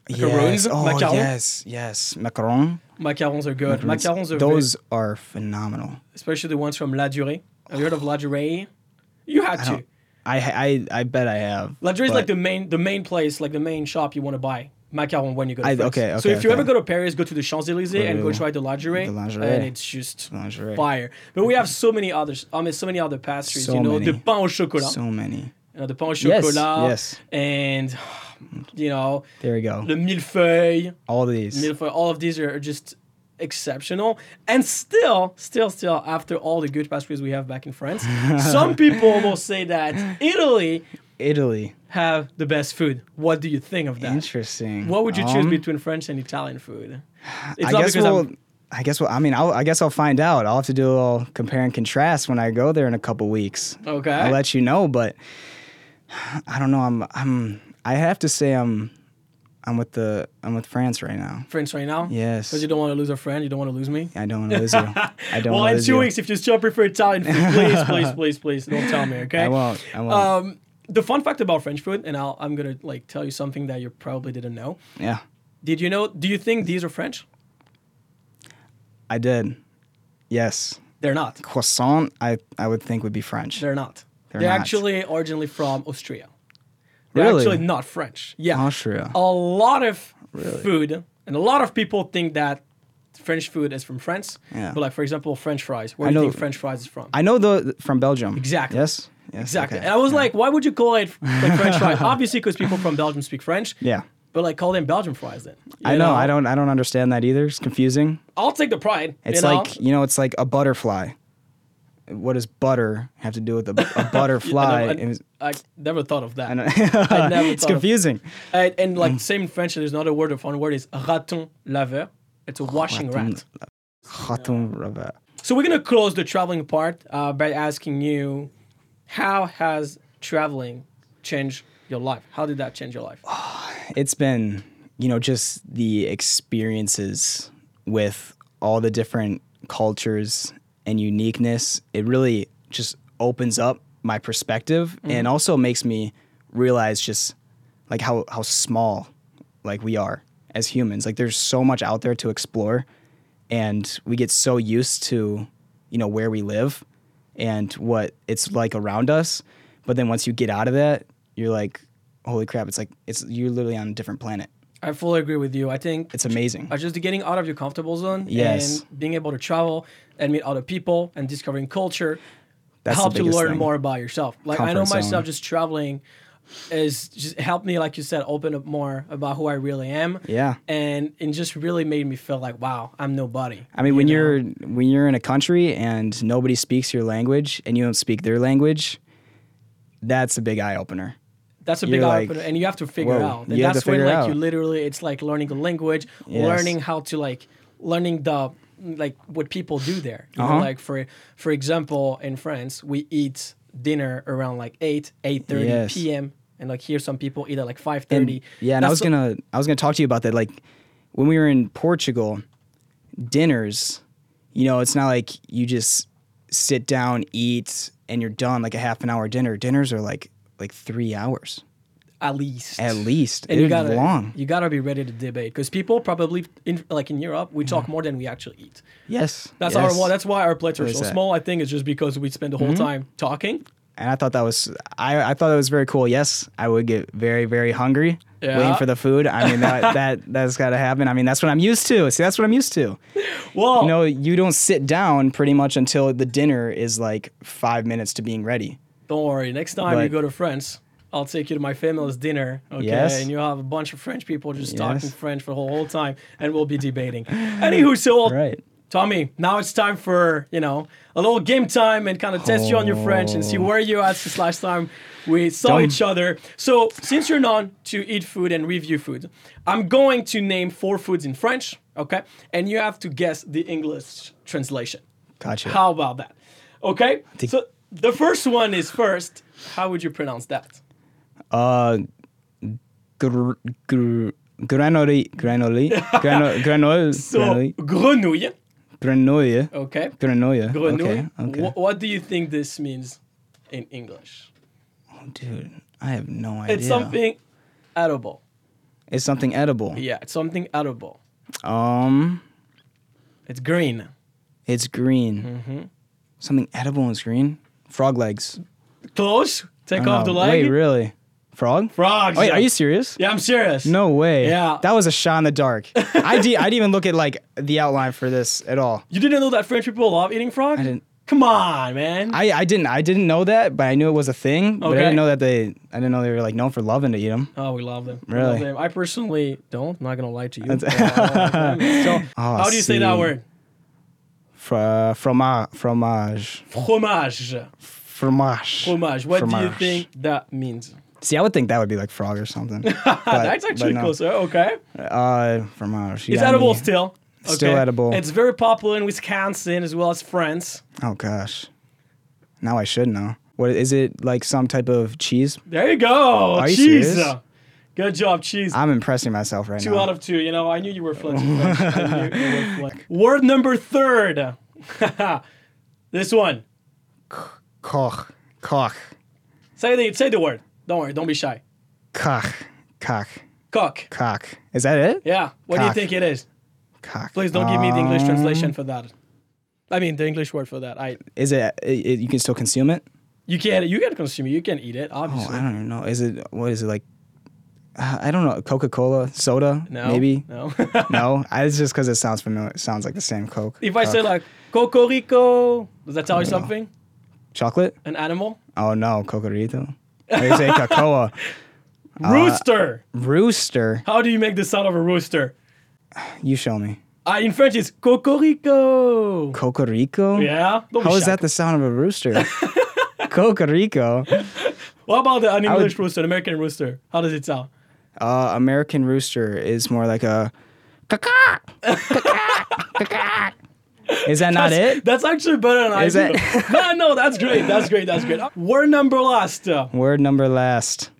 Speaker 1: Macarons,
Speaker 2: yes, oh
Speaker 1: macaron?
Speaker 2: yes, yes, macaron.
Speaker 1: Macarons are good. Macarons are
Speaker 2: Those
Speaker 1: good,
Speaker 2: are phenomenal.
Speaker 1: especially the ones from La Durée. Have you heard of La Durée? You had to.
Speaker 2: don't- I I I bet I have.
Speaker 1: La Durée is like
Speaker 2: but
Speaker 1: the main the main place, like the main shop you want to buy macaron when you go to
Speaker 2: I-
Speaker 1: France.
Speaker 2: okay,
Speaker 1: so
Speaker 2: okay,
Speaker 1: if you
Speaker 2: okay.
Speaker 1: ever go to Paris, go to the Champs Elysees and go
Speaker 2: Ooh.
Speaker 1: try the La Durée,
Speaker 2: The La
Speaker 1: and
Speaker 2: Durée.
Speaker 1: it's just
Speaker 2: Lingerie.
Speaker 1: fire. But we have so many others. I mean, so many other pastries.
Speaker 2: So
Speaker 1: you know, the
Speaker 2: many.
Speaker 1: pain au chocolat.
Speaker 2: So many.
Speaker 1: you know, the pain au
Speaker 2: Yes,
Speaker 1: chocolat,
Speaker 2: yes.
Speaker 1: and you know,
Speaker 2: There we go.
Speaker 1: the millefeuille,
Speaker 2: All these.
Speaker 1: millefeuille. All of these are just exceptional. And still, still, still, after all the good pastries we have back in France, some people will say that Italy
Speaker 2: Italy.
Speaker 1: have the best food. What do you think of that?
Speaker 2: Interesting.
Speaker 1: What would you choose
Speaker 2: Um,
Speaker 1: between French and Italian food? It's
Speaker 2: I guess we'll.
Speaker 1: I'm,
Speaker 2: I guess we'll. I mean, I'll, I guess I'll find out. I'll have to do a little compare and contrast when I go there in a couple weeks.
Speaker 1: Okay.
Speaker 2: I'll let you know, but I don't know. I'm. I'm. I have to say I'm. I'm with the. I'm with France right now.
Speaker 1: French right now.
Speaker 2: Yes.
Speaker 1: Because you don't want to lose a friend. You don't want to lose me.
Speaker 2: I don't want to lose you. I don't.
Speaker 1: Well,
Speaker 2: wanna
Speaker 1: in
Speaker 2: lose
Speaker 1: two
Speaker 2: you.
Speaker 1: weeks, if you still prefer Italian food, please, please, please, please, don't tell me, okay?
Speaker 2: I won't. I won't.
Speaker 1: Um, the fun fact about French food, and I'll, I'm gonna like tell you something that you probably didn't know.
Speaker 2: yeah,
Speaker 1: Did you know? Do you think these are French?
Speaker 2: I did. Yes.
Speaker 1: They're not.
Speaker 2: croissant, I, I would think would be French.
Speaker 1: They're not. They're,
Speaker 2: They're not.
Speaker 1: actually originally from Austria. They're
Speaker 2: Really?
Speaker 1: actually not French. Yeah.
Speaker 2: Austria.
Speaker 1: A lot of food and a lot of people think that French food is from France.
Speaker 2: Yeah.
Speaker 1: But like for example, French fries. Where
Speaker 2: I
Speaker 1: do you
Speaker 2: know-
Speaker 1: think French fries is from?
Speaker 2: I know the from Belgium.
Speaker 1: Exactly.
Speaker 2: Yes. yes
Speaker 1: exactly.
Speaker 2: okay.
Speaker 1: And I was like, why would you call it like French fries? Obviously because people from Belgium speak French.
Speaker 2: Yeah.
Speaker 1: But like call them Belgian fries then. you
Speaker 2: I know. I don't. I don't understand that either. It's confusing.
Speaker 1: I'll take the pride.
Speaker 2: It's
Speaker 1: you know?
Speaker 2: like you know. It's like a butterfly. What does butter have to do with a, a butterfly?
Speaker 1: I,
Speaker 2: uh, It was-
Speaker 1: I, I never thought of that.
Speaker 2: I Mm. don't-
Speaker 1: never
Speaker 2: it's
Speaker 1: thought of-
Speaker 2: confusing.
Speaker 1: And, and like same in French, there's another word. The fun word is raton laveur. It's
Speaker 2: Oh,
Speaker 1: a washing rat.
Speaker 2: Mm, Khatum Rabat.
Speaker 1: So we're gonna close the traveling part uh, by asking you, how has traveling changed your life? How did that change your life?
Speaker 2: it's been you know just the experiences with all the different cultures and uniqueness it really just opens up my perspective and also makes me realize just like how how small like we are as humans like there's so much out there to explore and we get so used to you know where we live and what it's like around us but then once you get out of that you're like holy crap it's like it's you're literally on a different planet
Speaker 1: I fully agree with you. I think
Speaker 2: it's amazing
Speaker 1: Uh, just getting out of your comfortable zone
Speaker 2: Yes.
Speaker 1: and being able to travel and meet other people and discovering culture
Speaker 2: That's the
Speaker 1: help to
Speaker 2: biggest
Speaker 1: learn
Speaker 2: thing.
Speaker 1: more about yourself. Like I
Speaker 2: Comfort
Speaker 1: know
Speaker 2: zone.
Speaker 1: myself just traveling is just helped me, like you said, open up more about who I really am.
Speaker 2: Yeah.
Speaker 1: And and just really made me feel like, wow, I'm nobody.
Speaker 2: I mean, when you're when you're in a country and nobody speaks your language and you don't speak their language, that's a big eye opener.
Speaker 1: That's a big
Speaker 2: you're
Speaker 1: eye
Speaker 2: like,
Speaker 1: opener, and you have to figure it out.
Speaker 2: whoa,
Speaker 1: And
Speaker 2: you have to
Speaker 1: that's when
Speaker 2: figure it
Speaker 1: like you
Speaker 2: out.
Speaker 1: literally, it's like learning a language,
Speaker 2: Yes.
Speaker 1: learning how to like learning the like what people do there. You know,
Speaker 2: Uh-huh.
Speaker 1: like for for example, in France, we eat dinner around like eight eight thirty
Speaker 2: Yes.
Speaker 1: p.m. And like here, some people eat at like five thirty.
Speaker 2: Yeah, and I was gonna I was gonna talk to you about that. Like when we were in Portugal, dinners, you know, it's not like you just sit down, eat, and you're done like a half an hour dinner. Dinners are like like three hours
Speaker 1: at least
Speaker 2: at least.
Speaker 1: and
Speaker 2: They're
Speaker 1: you gotta
Speaker 2: long.
Speaker 1: you gotta be ready to debate because people probably in, like in Europe we talk more than we actually eat.
Speaker 2: yes,
Speaker 1: That's
Speaker 2: Mm-hmm. yes.
Speaker 1: our well, that's why our plates are
Speaker 2: What is
Speaker 1: so
Speaker 2: that? Mm-hmm.
Speaker 1: small. I think it's just because we spend the whole time talking.
Speaker 2: and I thought that was I, I thought that was very cool. Yes, I would get very very hungry
Speaker 1: Yeah.
Speaker 2: waiting for the food. I mean that that that's got to happen. I mean that's what I'm used to. See, that's what I'm used to.
Speaker 1: Well,
Speaker 2: You know, you don't sit down pretty much until the dinner is like five minutes to being ready.
Speaker 1: don't worry. Next time you
Speaker 2: But-
Speaker 1: go to France, I'll take you to my family's dinner. Okay,
Speaker 2: Yes.
Speaker 1: and you'll have a bunch of French people just talking
Speaker 2: Yes.
Speaker 1: French for the whole, whole time, and we'll be debating. Anywho, so I'll-
Speaker 2: Right.
Speaker 1: Tommy, now it's time for you know a little game time and kind of test you on your French and see where you're at since last time we saw
Speaker 2: Oh. Dumb.
Speaker 1: each other. So since you're known to eat food and review food, I'm going to name four foods in French, okay? And you have to guess the English translation.
Speaker 2: Gotcha.
Speaker 1: How about that? Okay. So the first one is first. How would you pronounce that?
Speaker 2: Uh, gr- gr- granoli, granoli, grano, granol,
Speaker 1: So Oh.
Speaker 2: granoli,
Speaker 1: grenouille.
Speaker 2: granola,
Speaker 1: Okay. Grenouille.
Speaker 2: granola. Okay, okay.
Speaker 1: Wh- what do you think this means in English?
Speaker 2: Dude, I have no idea.
Speaker 1: It's something edible.
Speaker 2: It's something edible.
Speaker 1: Yeah, it's something edible.
Speaker 2: Um,
Speaker 1: It's green.
Speaker 2: it's green.
Speaker 1: Mm-hmm.
Speaker 2: Something edible is green. Frog legs.
Speaker 1: Close. Take off the
Speaker 2: No,
Speaker 1: leg.
Speaker 2: Oh, Wait, really? Frog?
Speaker 1: Frogs.
Speaker 2: Wait,
Speaker 1: yeah.
Speaker 2: are you serious?
Speaker 1: Yeah, I'm serious.
Speaker 2: No way.
Speaker 1: Yeah.
Speaker 2: That was a shot in the dark. I de- I didn't even look at like the outline for this at all.
Speaker 1: You didn't know that French people love eating frogs? I
Speaker 2: didn't.
Speaker 1: Come on, man.
Speaker 2: I, I didn't I didn't know that, but I knew it was a thing. But I
Speaker 1: Okay.
Speaker 2: didn't know that they I didn't know they were like known for loving to eat them.
Speaker 1: oh, we love them. We love
Speaker 2: Really?
Speaker 1: them. I personally don't. I'm not going to lie to you. But I love them. so, how do you say that
Speaker 2: Oh, see.
Speaker 1: word?
Speaker 2: Fra- fromage, uh, fromage,
Speaker 1: Fromage.
Speaker 2: fromage.
Speaker 1: Fromage. What do you
Speaker 2: Fromage.
Speaker 1: think that means? Ah,
Speaker 2: See, I would think that would be like frog or something. But-
Speaker 1: That's
Speaker 2: but
Speaker 1: actually
Speaker 2: no.
Speaker 1: closer. Okay.
Speaker 2: Uh, fromage. You
Speaker 1: It's
Speaker 2: got
Speaker 1: edible
Speaker 2: me.
Speaker 1: still.
Speaker 2: Still edible.
Speaker 1: It's very popular in Wisconsin as well as France.
Speaker 2: Oh gosh, now I should know. What is it like? Some type of cheese?
Speaker 1: There you go.
Speaker 2: Are you
Speaker 1: cheese.
Speaker 2: serious? Ah.
Speaker 1: Good job, cheese.
Speaker 2: I'm impressing myself right
Speaker 1: two
Speaker 2: now.
Speaker 1: out of two. You know, I knew you were flinching. French. I knew you were flinching. Word number third. this one.
Speaker 2: Koch, koch,
Speaker 1: Say the say the word. Don't worry. Don't be shy.
Speaker 2: koch, koch,
Speaker 1: Cock.
Speaker 2: koch. Is that it?
Speaker 1: Yeah. What do you
Speaker 2: Cock. Um,
Speaker 1: think it is?
Speaker 2: Cock. Uh,
Speaker 1: Please don't give me the English translation for that. I mean the English word for that. I
Speaker 2: Is it, it, it? You can still consume it?
Speaker 1: you can you can consume it. You can eat it.
Speaker 2: Oh,
Speaker 1: Obviously.
Speaker 2: I don't even know. Is it what is it like? Uh, I don't know. Coca Cola, soda,
Speaker 1: no.
Speaker 2: maybe.
Speaker 1: No.
Speaker 2: No, I, it's just because it sounds familiar. It sounds like the same Coke.
Speaker 1: if I say
Speaker 2: Coke.
Speaker 1: like cocorico, does that tell you something?
Speaker 2: chocolate,
Speaker 1: An animal?
Speaker 2: oh no, Cocorito. Or you say cocoa, Uh,
Speaker 1: rooster.
Speaker 2: rooster.
Speaker 1: How do you make the sound of a rooster?
Speaker 2: You show me.
Speaker 1: Uh, in French, it's cocorico.
Speaker 2: Cocorico.
Speaker 1: Yeah. Don't be
Speaker 2: How is
Speaker 1: shy.
Speaker 2: that the sound of a rooster? Cocorico.
Speaker 1: What about the, an
Speaker 2: would-
Speaker 1: English rooster, an American rooster? How does it sound?
Speaker 2: Uh, American rooster is more like a. caca, caca, caca. Is that not it?
Speaker 1: That's actually better than
Speaker 2: Is
Speaker 1: I do. no, no, that's great. That's great. That's great. Word number last. uh,
Speaker 2: Word number last.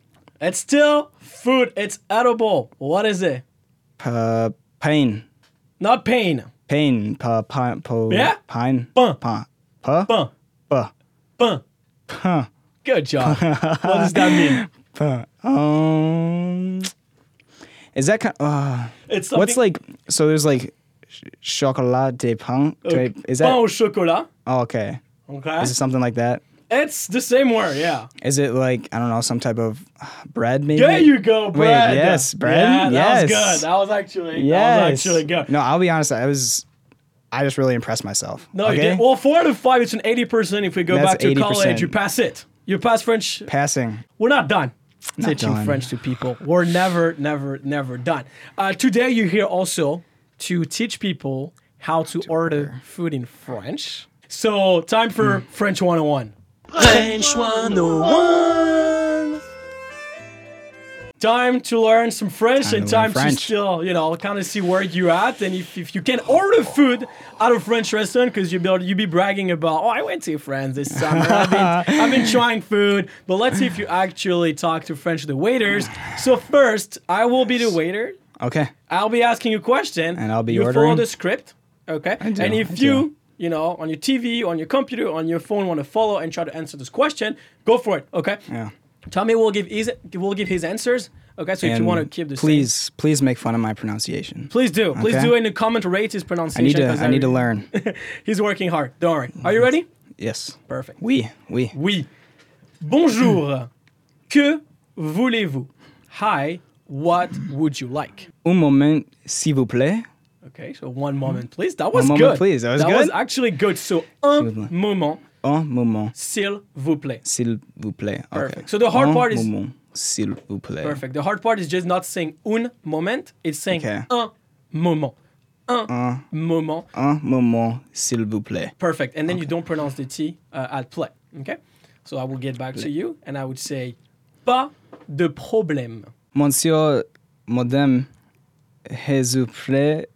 Speaker 1: It's still food. It's edible. What is it?
Speaker 2: Uh, pain.
Speaker 1: Not pain.
Speaker 2: Pain. Pa, pine. Po,
Speaker 1: Yeah?
Speaker 2: Pine.
Speaker 1: Pun.
Speaker 2: Pa. Pa.
Speaker 1: Pun.
Speaker 2: Pa.
Speaker 1: Pun.
Speaker 2: Huh.
Speaker 1: Good job. what does that mean?
Speaker 2: Pa. Um. Is that kind? Uh,
Speaker 1: It's something.
Speaker 2: what's like? So there's like, sh- chocolat de pain.
Speaker 1: Okay.
Speaker 2: Is
Speaker 1: Pain
Speaker 2: that?
Speaker 1: au chocolat.
Speaker 2: Oh, okay.
Speaker 1: Okay.
Speaker 2: Is it something like that?
Speaker 1: It's the same word. Yeah.
Speaker 2: Is it like I don't know some type of uh, bread maybe?
Speaker 1: There you go, bread.
Speaker 2: yes, bread?
Speaker 1: Yeah, that was
Speaker 2: Yes.
Speaker 1: good. That was actually that was
Speaker 2: Yes.
Speaker 1: actually good.
Speaker 2: No, I'll be honest. I was, I just really impressed myself.
Speaker 1: No, you
Speaker 2: okay?
Speaker 1: did- well, four out of five. It's an eighty percent. If we go
Speaker 2: That's
Speaker 1: back to college,
Speaker 2: 80%.
Speaker 1: you pass it. You pass French.
Speaker 2: Passing.
Speaker 1: We're not done. teaching
Speaker 2: done.
Speaker 1: French to people. We're never, never, never done. Uh, today, you're here also to teach people how to order food in French. So, time for
Speaker 2: Hmm.
Speaker 1: French 101. French 101. Time to learn some French
Speaker 2: Time
Speaker 1: and
Speaker 2: to learn
Speaker 1: time to
Speaker 2: French.
Speaker 1: still, you know, kind of see where you at and if, if you can order food at a French restaurant because you be, you be bragging about, oh, I went to France this summer. I've been, I've been trying food. But let's see if you actually talk to French the waiters. So first, I will be the waiter.
Speaker 2: Okay.
Speaker 1: I'll be asking you a question.
Speaker 2: And I'll be
Speaker 1: You follow
Speaker 2: ordering.
Speaker 1: the script, okay?
Speaker 2: do,
Speaker 1: and if
Speaker 2: I do.
Speaker 1: you, you know, on your TV, on your computer, on your phone, want to follow and try to answer this question, go for it, okay?
Speaker 2: Yeah.
Speaker 1: Tommy will give his will give his answers, okay? So if you
Speaker 2: And
Speaker 1: want to keep the same-
Speaker 2: please, please make fun of my pronunciation.
Speaker 1: please do, please
Speaker 2: Okay.
Speaker 1: do in the comment rate his
Speaker 2: I need
Speaker 1: pronunciation.
Speaker 2: to,
Speaker 1: 'cause
Speaker 2: I need to learn.
Speaker 1: He's working hard. Don't worry. Are you ready?
Speaker 2: yes.
Speaker 1: Perfect.
Speaker 2: We, we.
Speaker 1: Oui. Bonjour. Que voulez-vous? Hi. What would you like?
Speaker 2: Un moment, s'il vous plaît.
Speaker 1: Okay, so one moment, please. That was
Speaker 2: moment,
Speaker 1: good.
Speaker 2: please. That was
Speaker 1: That was
Speaker 2: good?
Speaker 1: actually good. So un
Speaker 2: plaît.
Speaker 1: moment,
Speaker 2: Un moment,
Speaker 1: s'il vous plaît.
Speaker 2: s'il vous plaît. Okay.
Speaker 1: Perfect. So the hard
Speaker 2: Un
Speaker 1: part is-
Speaker 2: moment, s'il vous plaît.
Speaker 1: Perfect. The hard part is just not saying un moment. It's saying
Speaker 2: Okay.
Speaker 1: un moment. Un, moment.
Speaker 2: Un moment, s'il vous plaît.
Speaker 1: Perfect. And then you don't pronounce the T uh, at play. Okay. So I will get back to you, and I would say pas de problème.
Speaker 2: Monsieur, madame, s'il vous plaît,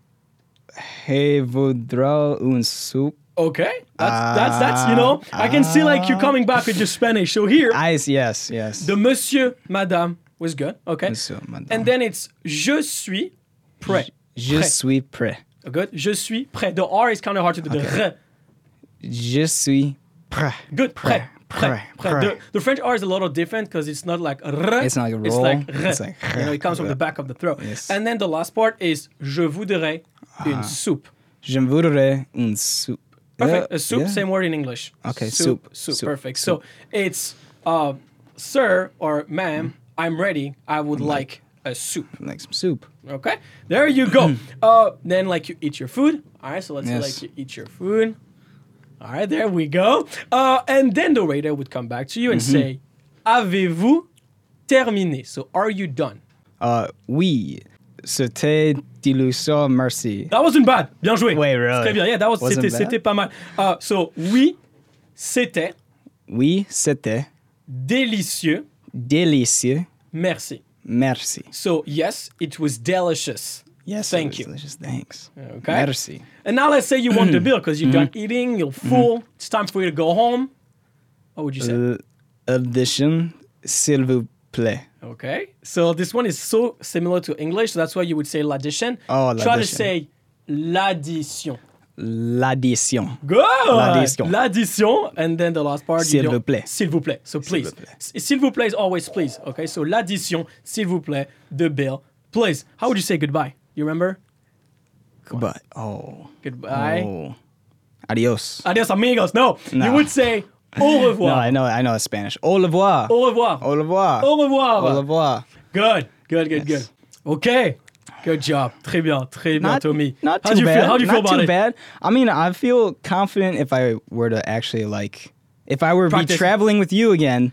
Speaker 2: je voudrais un soupe.
Speaker 1: Okay. That's that's that's you know.
Speaker 2: Ah.
Speaker 1: I can see like you're coming back with your Spanish. So here
Speaker 2: Ice, yes, yes.
Speaker 1: the monsieur, madame was good. Okay.
Speaker 2: Monsieur, madame.
Speaker 1: And then it's je suis prêt.
Speaker 2: Je
Speaker 1: prêt.
Speaker 2: suis prêt.
Speaker 1: Good. Je suis prêt. The R is kind of hard to do. The R.
Speaker 2: Je suis prêt.
Speaker 1: Good. Prêt. Prêt.
Speaker 2: Prêt.
Speaker 1: prêt. The, the French R is a little different because it's not like R.
Speaker 2: It's not like
Speaker 1: It's
Speaker 2: roll.
Speaker 1: like R.
Speaker 2: It's like
Speaker 1: you know, it comes from the back of the throat.
Speaker 2: Yes. Ah.
Speaker 1: And then the last part is je voudrais une soupe.
Speaker 2: Je voudrais une soupe.
Speaker 1: Perfect.
Speaker 2: Yeah,
Speaker 1: a soup,
Speaker 2: yeah.
Speaker 1: same word in English.
Speaker 2: Okay,
Speaker 1: Soup.
Speaker 2: soup,
Speaker 1: Soup.
Speaker 2: soup,
Speaker 1: Perfect. So it's uh, sir or ma'am, I'm ready. I would
Speaker 2: Mm.
Speaker 1: like a soup.
Speaker 2: Like some soup.
Speaker 1: Okay, there you go. uh, then like you eat your food. All right, so let's say like
Speaker 2: Yes.
Speaker 1: you eat your food. All right, there we go. Uh, and then the waiter would come back to you
Speaker 2: Mm-hmm.
Speaker 1: and say, "Avez-vous terminé?" So are you done?
Speaker 2: Uh, oui, c'était délicieux, merci.
Speaker 1: That wasn't bad. Bien joué.
Speaker 2: Wait, really?
Speaker 1: Très bien. Yeah, that was
Speaker 2: Wasn't
Speaker 1: c'était
Speaker 2: bad?
Speaker 1: c'était pas mal. Uh, so oui, c'était
Speaker 2: Oui, c'était
Speaker 1: délicieux.
Speaker 2: délicieux,
Speaker 1: Merci.
Speaker 2: merci.
Speaker 1: So yes, it was delicious.
Speaker 2: Yes, it
Speaker 1: thank
Speaker 2: was
Speaker 1: you.
Speaker 2: delicious, thanks.
Speaker 1: Okay.
Speaker 2: Merci.
Speaker 1: And now let's say you want the bill because you're done
Speaker 2: Mm-hmm.
Speaker 1: eating, you're full. It's time for you to go home. What would you say?
Speaker 2: L- Addition, s'il vous plaît.
Speaker 1: Okay. So this one is so similar to English, so that's why you would say l'addition.
Speaker 2: Oh,
Speaker 1: Try to
Speaker 2: l'addition.
Speaker 1: say l'addition.
Speaker 2: L'addition,
Speaker 1: Good.
Speaker 2: L'addition.
Speaker 1: L'addition. And then the last part. you
Speaker 2: S'il
Speaker 1: don't-
Speaker 2: vous plaît.
Speaker 1: S'il vous plaît. So please.
Speaker 2: vous plaît.
Speaker 1: S- S'il vous plaît is always please. Okay. So l'addition, s'il vous plaît, the bill, please. How would you say goodbye? You remember?
Speaker 2: goodbye. Oh,
Speaker 1: Goodbye.
Speaker 2: oh. Adios.
Speaker 1: Adios amigos. No. You
Speaker 2: No.
Speaker 1: would say au
Speaker 2: No,
Speaker 1: revoir.
Speaker 2: I know, I know it's Spanish. Au revoir.
Speaker 1: Au revoir.
Speaker 2: Au revoir.
Speaker 1: Au revoir.
Speaker 2: Au revoir.
Speaker 1: Good, good, good,
Speaker 2: Yes.
Speaker 1: good. Okay, good job. Très bien, très bien,
Speaker 2: Not,
Speaker 1: Tommy.
Speaker 2: not
Speaker 1: How
Speaker 2: too
Speaker 1: do you
Speaker 2: bad.
Speaker 1: feel? How do you
Speaker 2: not
Speaker 1: feel about
Speaker 2: too
Speaker 1: it?
Speaker 2: bad. I mean, I feel confident if I were to actually like, if I were to be
Speaker 1: Practice.
Speaker 2: traveling with you again.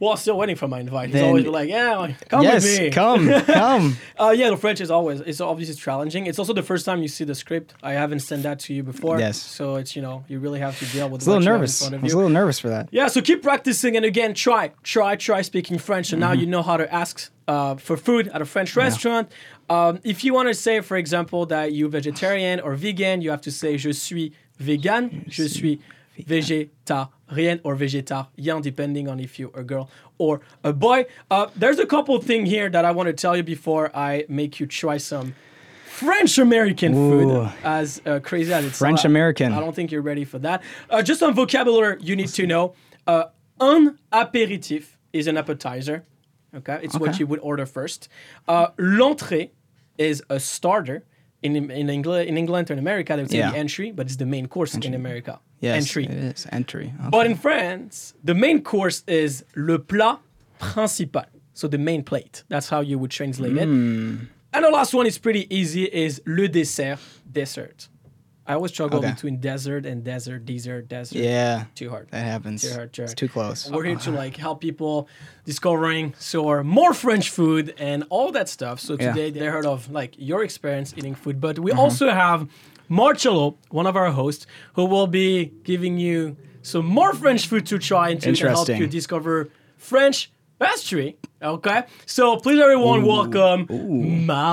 Speaker 1: Well, I'm still waiting for my invite. He's
Speaker 2: Then-
Speaker 1: always like, yeah, come
Speaker 2: yes,
Speaker 1: with me.
Speaker 2: come, come.
Speaker 1: Uh, yeah, the French is always it's obviously challenging. It's also the first time you see the script. I haven't sent that to you before.
Speaker 2: Yes.
Speaker 1: So it's you know you really have to deal with.
Speaker 2: I was a
Speaker 1: what
Speaker 2: little
Speaker 1: you have in
Speaker 2: nervous.
Speaker 1: front
Speaker 2: I
Speaker 1: of
Speaker 2: was a
Speaker 1: you.
Speaker 2: little nervous for that.
Speaker 1: Yeah, so keep practicing and again, try, try, try speaking French. And now
Speaker 2: Mm-hmm.
Speaker 1: you know how to ask uh, for food at a French restaurant. Um, if you want to say, for example, that you're vegetarian or vegan, you have to say je suis vegan, je suis végétarien or végétarien, depending on if you're a girl or a boy. Uh, there's a couple thing here that I want to tell you before I make you try some. French American food,
Speaker 2: Ooh.
Speaker 1: as uh, crazy as it sounds.
Speaker 2: French American.
Speaker 1: I don't think you're ready for that. Uh, just some vocabulary you need to know. Uh, un apéritif is an appetizer. Okay, it's what
Speaker 2: Okay.
Speaker 1: you would order first. Uh, L'entrée is a starter. In in England, in England or in America, they would say
Speaker 2: Yeah.
Speaker 1: the entry, but it's the main course in America.
Speaker 2: Yes,
Speaker 1: entry.
Speaker 2: It is entry. Oh, Okay.
Speaker 1: But in France, the main course is le plat principal. So the main plate. That's how you would
Speaker 2: Hmm.
Speaker 1: translate it. And the last one is pretty easy is le dessert, dessert. I always struggle
Speaker 2: Okay.
Speaker 1: between desert and desert, desert, desert.
Speaker 2: Yeah,
Speaker 1: Too hard.
Speaker 2: that happens.
Speaker 1: Too hard, too
Speaker 2: It's
Speaker 1: hard.
Speaker 2: too close.
Speaker 1: We're here to like help people discovering so more French food and all that stuff. So
Speaker 2: Yeah. Mm-hmm.
Speaker 1: today they heard of like your experience eating food, but we also have Marcello, one of our hosts, who will be giving you some more French food to try and to help
Speaker 2: Interesting.
Speaker 1: you discover French pastry. Okay, so please everyone welcome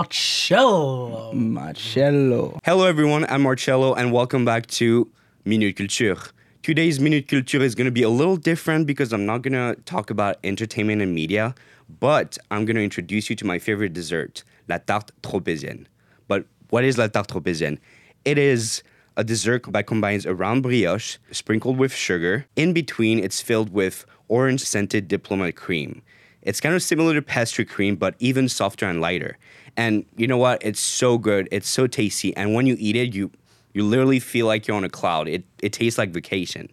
Speaker 1: Marcello.
Speaker 2: Marcello.
Speaker 5: Hello, everyone. I'm Marcello, and welcome back to Minute Culture. Today's Minute Culture is going to be a little different because I'm not going to talk about entertainment and media, but I'm going to introduce you to my favorite dessert, la tarte tropézienne. But what is la tarte tropézienne? It is a dessert that combines a round brioche sprinkled with sugar. In between, it's filled with orange scented diplomat cream. It's kind of similar to pastry cream, but even softer and lighter. And you know what? It's so good. It's so tasty. And when you eat it, you you literally feel like you're on a cloud. It it tastes like vacation.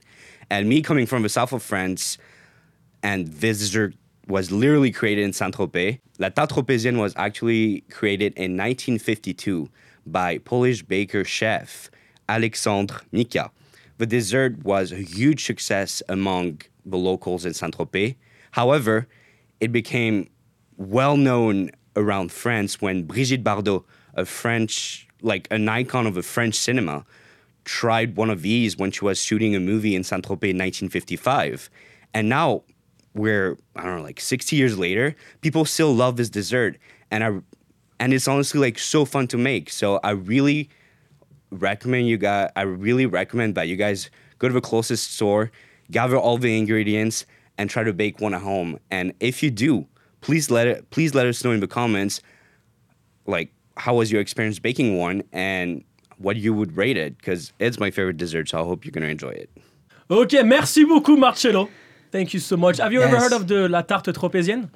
Speaker 5: And me coming from the south of France, and this dessert was literally created in Saint Tropez. La tarte tropézienne was actually created in 1952 by Polish baker chef Alexandre Mika. The dessert was a huge success among the locals in Saint Tropez. However, it became well known around France when Brigitte Bardot, a French, like an icon of a French cinema, tried one of these when she was shooting a movie in Saint Tropez in 1955. And now we're, I don't know, like 60 years later, people still love this dessert. And I, and it's honestly like so fun to make. So I really recommend you guys I really recommend that you guys go to the closest store, gather all the ingredients and try to bake one at home. And if you do, please let it please let us know in the comments like how was your experience baking one and what you would rate it cuz it's my favorite dessert so I hope you're going to enjoy it.
Speaker 1: Ok, merci beaucoup Marcello. Thank you so much. Have you ever
Speaker 2: Yes.
Speaker 1: heard of the la tarte tropézienne?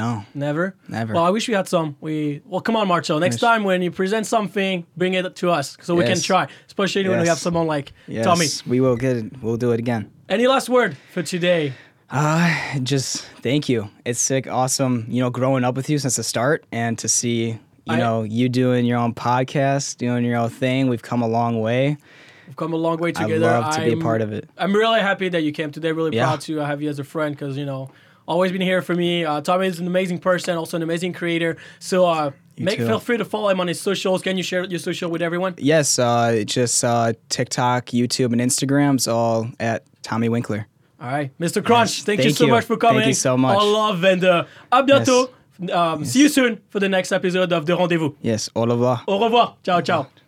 Speaker 2: No.
Speaker 1: Never.
Speaker 2: Never.
Speaker 1: Well, I wish we had some. We well, come on, Marcello. Next time when you present something, bring it to us so we can
Speaker 2: Yes.
Speaker 1: try. Especially when we
Speaker 2: Yes.
Speaker 1: have someone like
Speaker 2: Yes,
Speaker 1: Tommy.
Speaker 2: we will get it. We'll do it again.
Speaker 1: Any last word for today?
Speaker 2: Uh, just thank you. It's sick, awesome, you know, growing up with you since the start and to see, you
Speaker 1: I-
Speaker 2: know, you doing your own podcast, doing your own thing. We've come a long way.
Speaker 1: We've come a long way together.
Speaker 2: love to be a
Speaker 1: I'm-
Speaker 2: part of it.
Speaker 1: I'm really happy that you came today. Really
Speaker 2: Yeah.
Speaker 1: proud to have you as a friend because you know always been here for me. Uh, Tommy is an amazing person, also an amazing creator. So uh, make
Speaker 2: too.
Speaker 1: feel free to follow him on his socials. Can you share your social with everyone?
Speaker 2: Yes, uh, just uh, TikTok, YouTube, and Instagram's all at Tommy Winkler.
Speaker 1: All right, Mr. Crunch, thank, you
Speaker 2: thank
Speaker 1: so
Speaker 2: you.
Speaker 1: much for
Speaker 2: Thank you
Speaker 1: coming.
Speaker 2: so much.
Speaker 1: All love and uh, à bientôt. Um, See you soon for the next episode of The Rendezvous.
Speaker 2: Yes, au revoir.
Speaker 1: Au revoir. Ciao, ciao.